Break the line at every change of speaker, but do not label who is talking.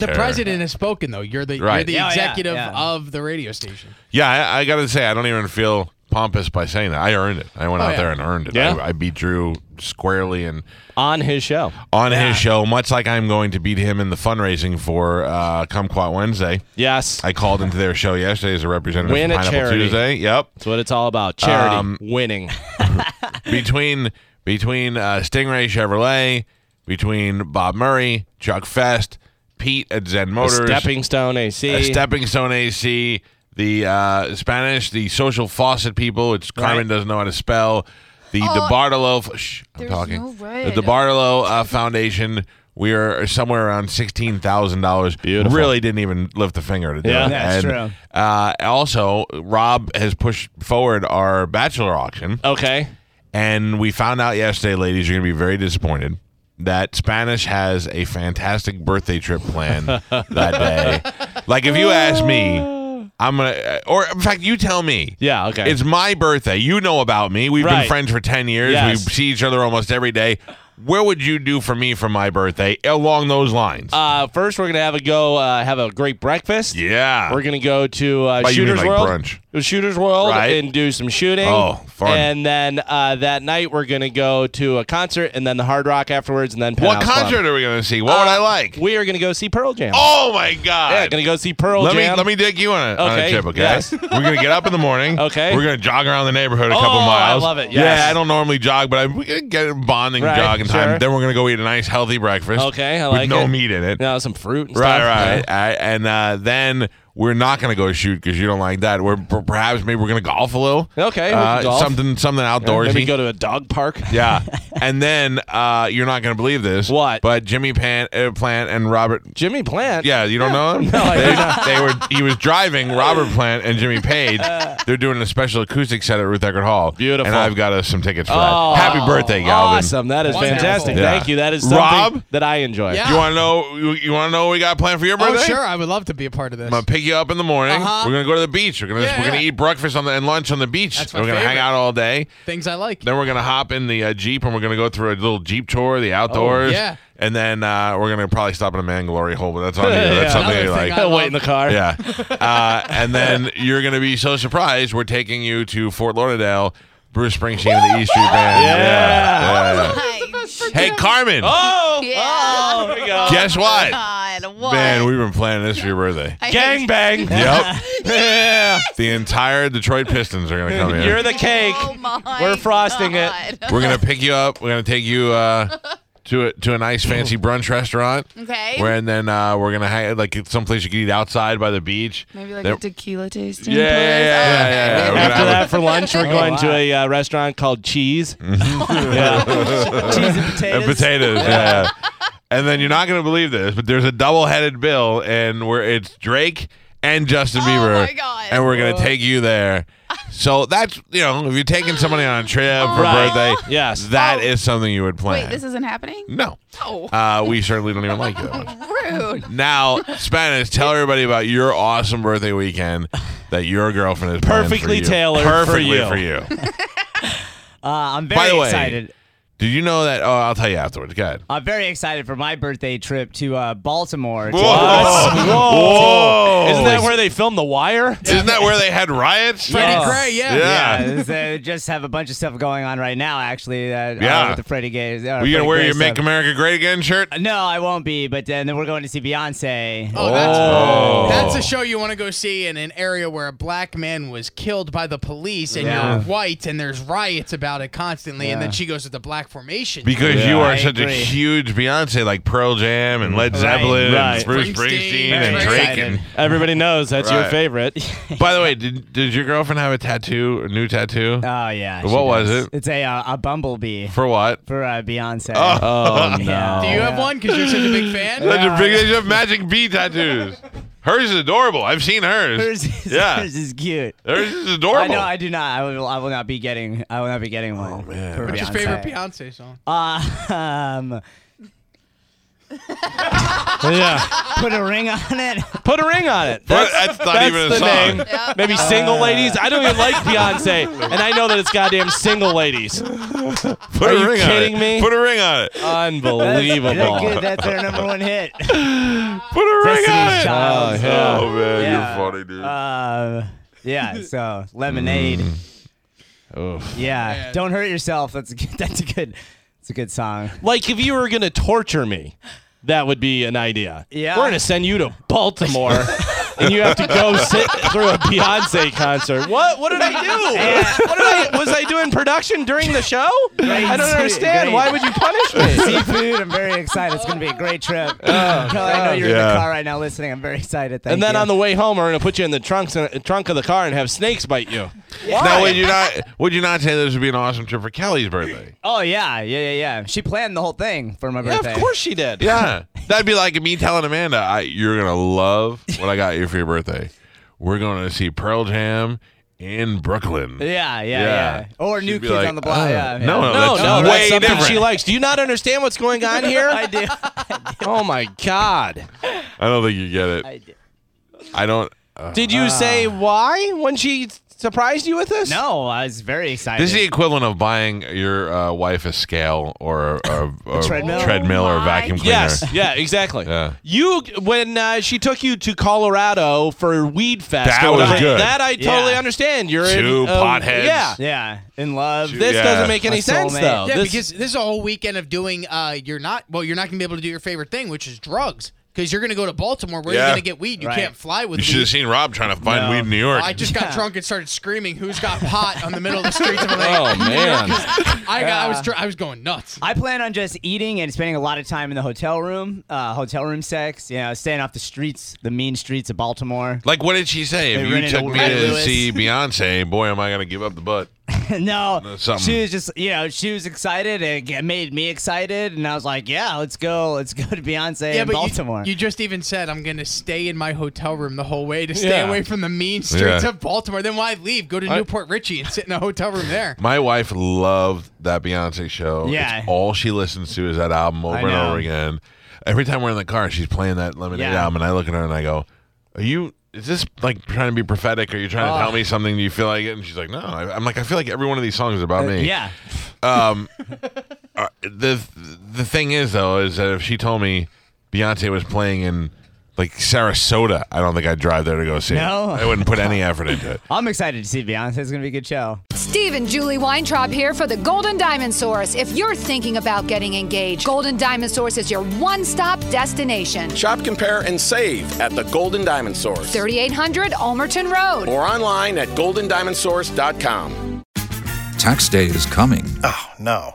The
Sure.
president has spoken, though. You're the you're
Right.
the
Yeah, yeah,
executive
yeah.
of the radio station.
Yeah, I, I got to say, I don't even feel pompous by saying that. I earned it. I went
Oh,
out
yeah.
there and earned it.
Yeah.
I, I beat Drew squarely and
on his show.
on his show, much like I'm going to beat him in the fundraising for uh, Kumquat Wednesday.
Yes,
I called into their show yesterday as a representative
Win
for
a
Pineapple
charity.
Tuesday. Yep.
that's what it's all about. Charity,
Um,
winning.
between between uh, Stingray Chevrolet, between Bob Murray, Chuck Fest, Pete at Zen Motors,
Stepping Stone AC.
uh, Stepping Stone AC, the uh, Spanish, the Social Faucet people, which Carmen doesn't know how to spell, the DeBartolo. Shh, I'm
Oh, There's
talking.
no way.
The DeBartolo uh, Foundation. We are somewhere around sixteen thousand dollars.
Beautiful.
Really didn't even lift a finger to do
Yeah.
it.
That's
And,
true.
Uh, also, Rob has pushed forward our bachelor auction.
okay.
And we found out yesterday, ladies, you're going to be very disappointed that Spanish has a fantastic birthday trip planned that day. Like, if you ask me, I'm going to, or in fact, you tell me.
Yeah, okay.
It's my birthday. You know about me. We've been
Right.
friends for 10 years.
Yes.
We see each other almost every day. Where would you do for me for my birthday along those lines?
Uh, first, we're gonna have a go. Uh, have a great breakfast.
yeah.
We're gonna go to uh,
By you mean
Shooters
like
World.
brunch.
to Shooters World
Right.
and do some shooting.
Oh, fun.
And then uh, that night we're gonna go to a concert and then the Hard Rock afterwards and then
what
Penthouse Club.
concert are we going to see? What would
Uh,
I like?
We are gonna go see Pearl Jam.
oh, my God.
yeah, gonna go see Pearl
let
Jam.
me let me dig you on a, on a
Okay,
trip, okay?
yes.
We're gonna get up in the morning.
Okay.
We're gonna jog around the neighborhood a
Oh,
couple
I
miles.
love it,
Yeah,
yes.
I don't normally jog, but I'm we're gonna get a bonding
Right,
jogging time.
sure.
Then we're gonna go eat a nice healthy breakfast.
Okay, I
with
like
no
it.
meat in it.
Now some fruit. And
Right,
stuff.
right. I, and uh, then we're not gonna go shoot because you don't like that. We're per- perhaps maybe we're gonna golf a little.
Okay, we can
uh,
golf.
something something outdoorsy.
Maybe go to a dog park.
yeah, and then uh, you're not gonna believe this.
What?
But Jimmy Pan- uh, Plant and Robert
Jimmy Plant.
yeah, you don't know him?
No, I
they,
do not.
they were. He was driving Robert Plant and Jimmy Page. They're doing a special acoustic set at Ruth Eckert Hall.
Beautiful.
And I've got us some tickets for
Oh.
that. Happy birthday, Galvin.
Awesome. That is
Wonderful.
fantastic.
Yeah.
Thank you. That is something
Rob?
that I enjoy.
Yeah.
Uh, You want to know? You, you want to know what we got planned for your
Oh,
birthday?
sure, I would love to be a part of this.
I'm gonna pick you up in the morning.
Uh-huh.
We're gonna go to the beach. We're gonna
Yeah,
we're gonna
yeah.
eat breakfast on the and lunch on the beach.
That's my
we're gonna hang
favorite.
out all day.
Things I like.
Then we're gonna hop in the uh, jeep and we're gonna go through a little jeep tour, the outdoors.
Oh, yeah.
And then uh, we're gonna probably stop in a Mangalory hole, but that's on you. That's
Yeah.
something
Another
you
thing
like.
I
I'll wait in the car.
Yeah. Uh, and then you're going to be so surprised. We're taking you to Fort Lauderdale, Bruce Springsteen and the E Street Band.
Yeah.
Yeah. Yeah. Hey, Carmen.
Oh,
Yeah.
oh, there we go.
Guess what?
God, what?
Man, we've been planning this for your birthday.
I
Gang
hate-
bang.
Yep.
Yeah.
The entire Detroit Pistons are going to come in.
You're the cake.
Oh my
We're frosting it.
God.
We're going to pick you up. We're going to take you uh, to a, to a nice fancy brunch restaurant.
Okay.
Where, and then uh, we're going to hang like someplace you can eat outside by the beach.
Maybe like
Then-
a tequila tasting.
yeah, yeah,
place?
yeah, yeah, yeah, yeah. We're gonna
After
have a-
that, for lunch, we're
Oh,
going to
wow.
a uh, restaurant called Cheese. Yeah.
Cheese and potatoes.
And potatoes, yeah. and then you're not going to believe this, but there's a double-headed bill, and where it's Drake and Justin
Oh
Bieber,
my God.
and we're going to take you there. So that's you know, if you're taking somebody on a trip for
Right.
birthday,
Yes. Oh.
that is something you would plan.
Wait, this isn't happening?
no,
Oh,
uh, we certainly don't even like you that much.
rude.
Now, Spanish, tell everybody about your awesome birthday weekend that your girlfriend is planned for
Perfectly
you.
tailored for
perfectly
you.
for you.
Uh, I'm very
By the way-
excited.
Did you know that? Oh, I'll tell you afterwards. Go ahead.
I'm very excited for my birthday trip to uh, Baltimore. to- uh,
Whoa.
Whoa.
Whoa.
Isn't that where they filmed The Wire?
Isn't that where they had riots?
Freddie
Yeah.
Gray, yeah.
Oh, Yeah.
Yeah, this, uh, just have a bunch of stuff going on right now. Actually, uh, uh,
Yeah.
with the Freddie Gay. Uh,
Were you gonna
Freddie
wear
Gray
your "Make
stuff.
America Great Again" shirt?
No, I won't be. But then, then we're going to see Beyonce.
Oh, that's,
Oh.
that's a show you want to go see in an area where a black man was killed by the police and
Yeah.
you're white and there's riots about it constantly. And then
Yeah.
she goes to the black black formation.
Because
Yeah,
you are
I
such
agree.
a huge Beyonce, like Pearl Jam and Led
Right,
Zeppelin
right.
and Bruce
Springsteen,
Springsteen and
right.
Drake. And,
Everybody knows that's your
Right.
favorite.
by the way, did, did your girlfriend have a tattoo, a new tattoo?
Oh yeah.
What
she
was
does.
it?
It's a uh, a bumblebee
For what?
for uh, Beyonce.
oh no.
Do you have one? Because you're such a big fan.
That's a big, they have magic bee tattoos. Hers is adorable. I've seen hers.
Hers is,
yeah.
hers is cute.
Hers is
I
adorable.
know I do not. I will. I will not be getting. I will not be getting one.
Oh, man.
for
What's
What's your
Beyonce.
favorite Beyonce song?
Uh, um,
yeah.
put a ring on it.
Put a ring on it.
But that's,
That's,
not
that's
even a
the
song. Uh.
name. Maybe single ladies. I don't even like Beyonce, and I know that it's goddamn single ladies.
Put
Are
a
you
ring
kidding
on it.
me?
Put a ring on it.
That-
Unbelievable.
that- That's their number one hit.
Put a ring on
Destiny's
it.
Child.
Oh, yeah.
Oh man,
Yeah.
you're funny, dude.
Um, yeah. So lemonade.
Mm.
Oof.
Yeah.
Man.
Don't hurt yourself. That's a good, that's a good. It's a good song.
Like if you were gonna torture me, that would be an idea.
Yeah.
We're gonna send you to Baltimore, and you have to go sit through a Beyonce concert. What? What did I do? what did I? Was I doing production during the show? I don't
Great.
understand. Why would you punish me?
Seafood. I'm very excited. It's gonna be a great trip. Kelly, I know you're in
Yeah.
the car right now listening. I'm very excited. Thank
Oh, And then
you.
on the way home, we're gonna put you in the trunks in trunk of the car and have snakes bite you.
Now would you not? Would you not say this would be an awesome trip for Kelly's birthday?
Oh yeah, yeah, yeah, yeah. She planned the whole thing for my
Yeah,
birthday.
of course she did.
Yeah, that'd be like me telling Amanda, I, "You're gonna love what I got you for your birthday. We're going to see Pearl Jam in Brooklyn."
Yeah, yeah,
Yeah.
yeah. Or
She'd
new
be
kids
like,
on the block.
"Oh,
yeah, yeah.
no, no,
No,
that's
no,
way
that's something
different.
she likes. Do you not understand what's going on here?
I do.
Oh my God!
I don't think you get it.
I do.
I don't. Uh,
Did you say why when she surprised you with this?
No, I was very excited.
this is the equivalent of buying your uh, wife a scale or a, a, a
treadmill?
treadmill or a
Oh
vacuum
my
cleaner.
Yes. Yeah. Exactly.
Yeah.
You when uh, she took you to Colorado for Weed Fest.
That
or
was
whatever,
good.
That I totally
Yeah.
understand. You're
Two
in, uh,
potheads.
Yeah.
yeah, in love.
Shoot.
This
Yeah.
doesn't make any
My
sense
soulmate.
though.
Yeah,
This-
because this is a whole weekend of doing. Uh, you're not. Well, you're not gonna be able to do your favorite thing, which is drugs. Because you're gonna go to Baltimore, where
Yeah.
you're gonna get weed. You
Right.
can't fly with
You should
weed.
have seen Rob trying to find weed in New York.
I just got
Yeah.
drunk and started screaming, "Who's got pot?" on the middle of the streets of Atlanta.
oh man.
I got, I was, dr- I was going nuts.
I plan on just eating and spending a lot of time in the hotel room, uh, hotel room sex. You know, staying off the streets, the mean streets of Baltimore.
like, what did she say? If
They
you
rented
took
a
me
Ray
to
Lewis.
see Beyonce, boy, am I gonna give up the butt.
no,
something.
she was just, you know, she was excited. and It made me excited, and I was like, yeah, let's go, let's go to Beyonce in
you-
Baltimore.
You, just even said I'm going to stay in my hotel room the whole way to stay
Yeah.
away from the mean streets
Yeah.
of Baltimore. Then why leave? Go to Newport Richie and sit in a hotel room there.
My wife loved that Beyonce show.
Yeah.
It's all she listens to is that album over
I
and
know.
over again. Every time we're in the car, she's playing that Lemonade
Yeah.
album, and I look at her and I go, "Are you? Is this like trying to be prophetic? Are you trying to tell me something? Do you feel like it?" And she's like, "No." I, I'm like, "I feel like every one of these songs is about me."
yeah,
Um, uh, the the thing is though is that if she told me Beyonce was playing in like Sarasota, I don't think I'd drive there to go see.
No.
it. I wouldn't put any effort into it.
I'm excited to see Beyonce. It's gonna be a good show.
Steve and Julie Weintraub here for the Golden Diamond Source. If you're thinking about getting engaged, Golden Diamond Source is your one stop destination.
Shop, compare, and save at the Golden Diamond Source
3800 Almerton Road.
or online at goldendiamondsource.com.
Tax day is coming,
Oh, no.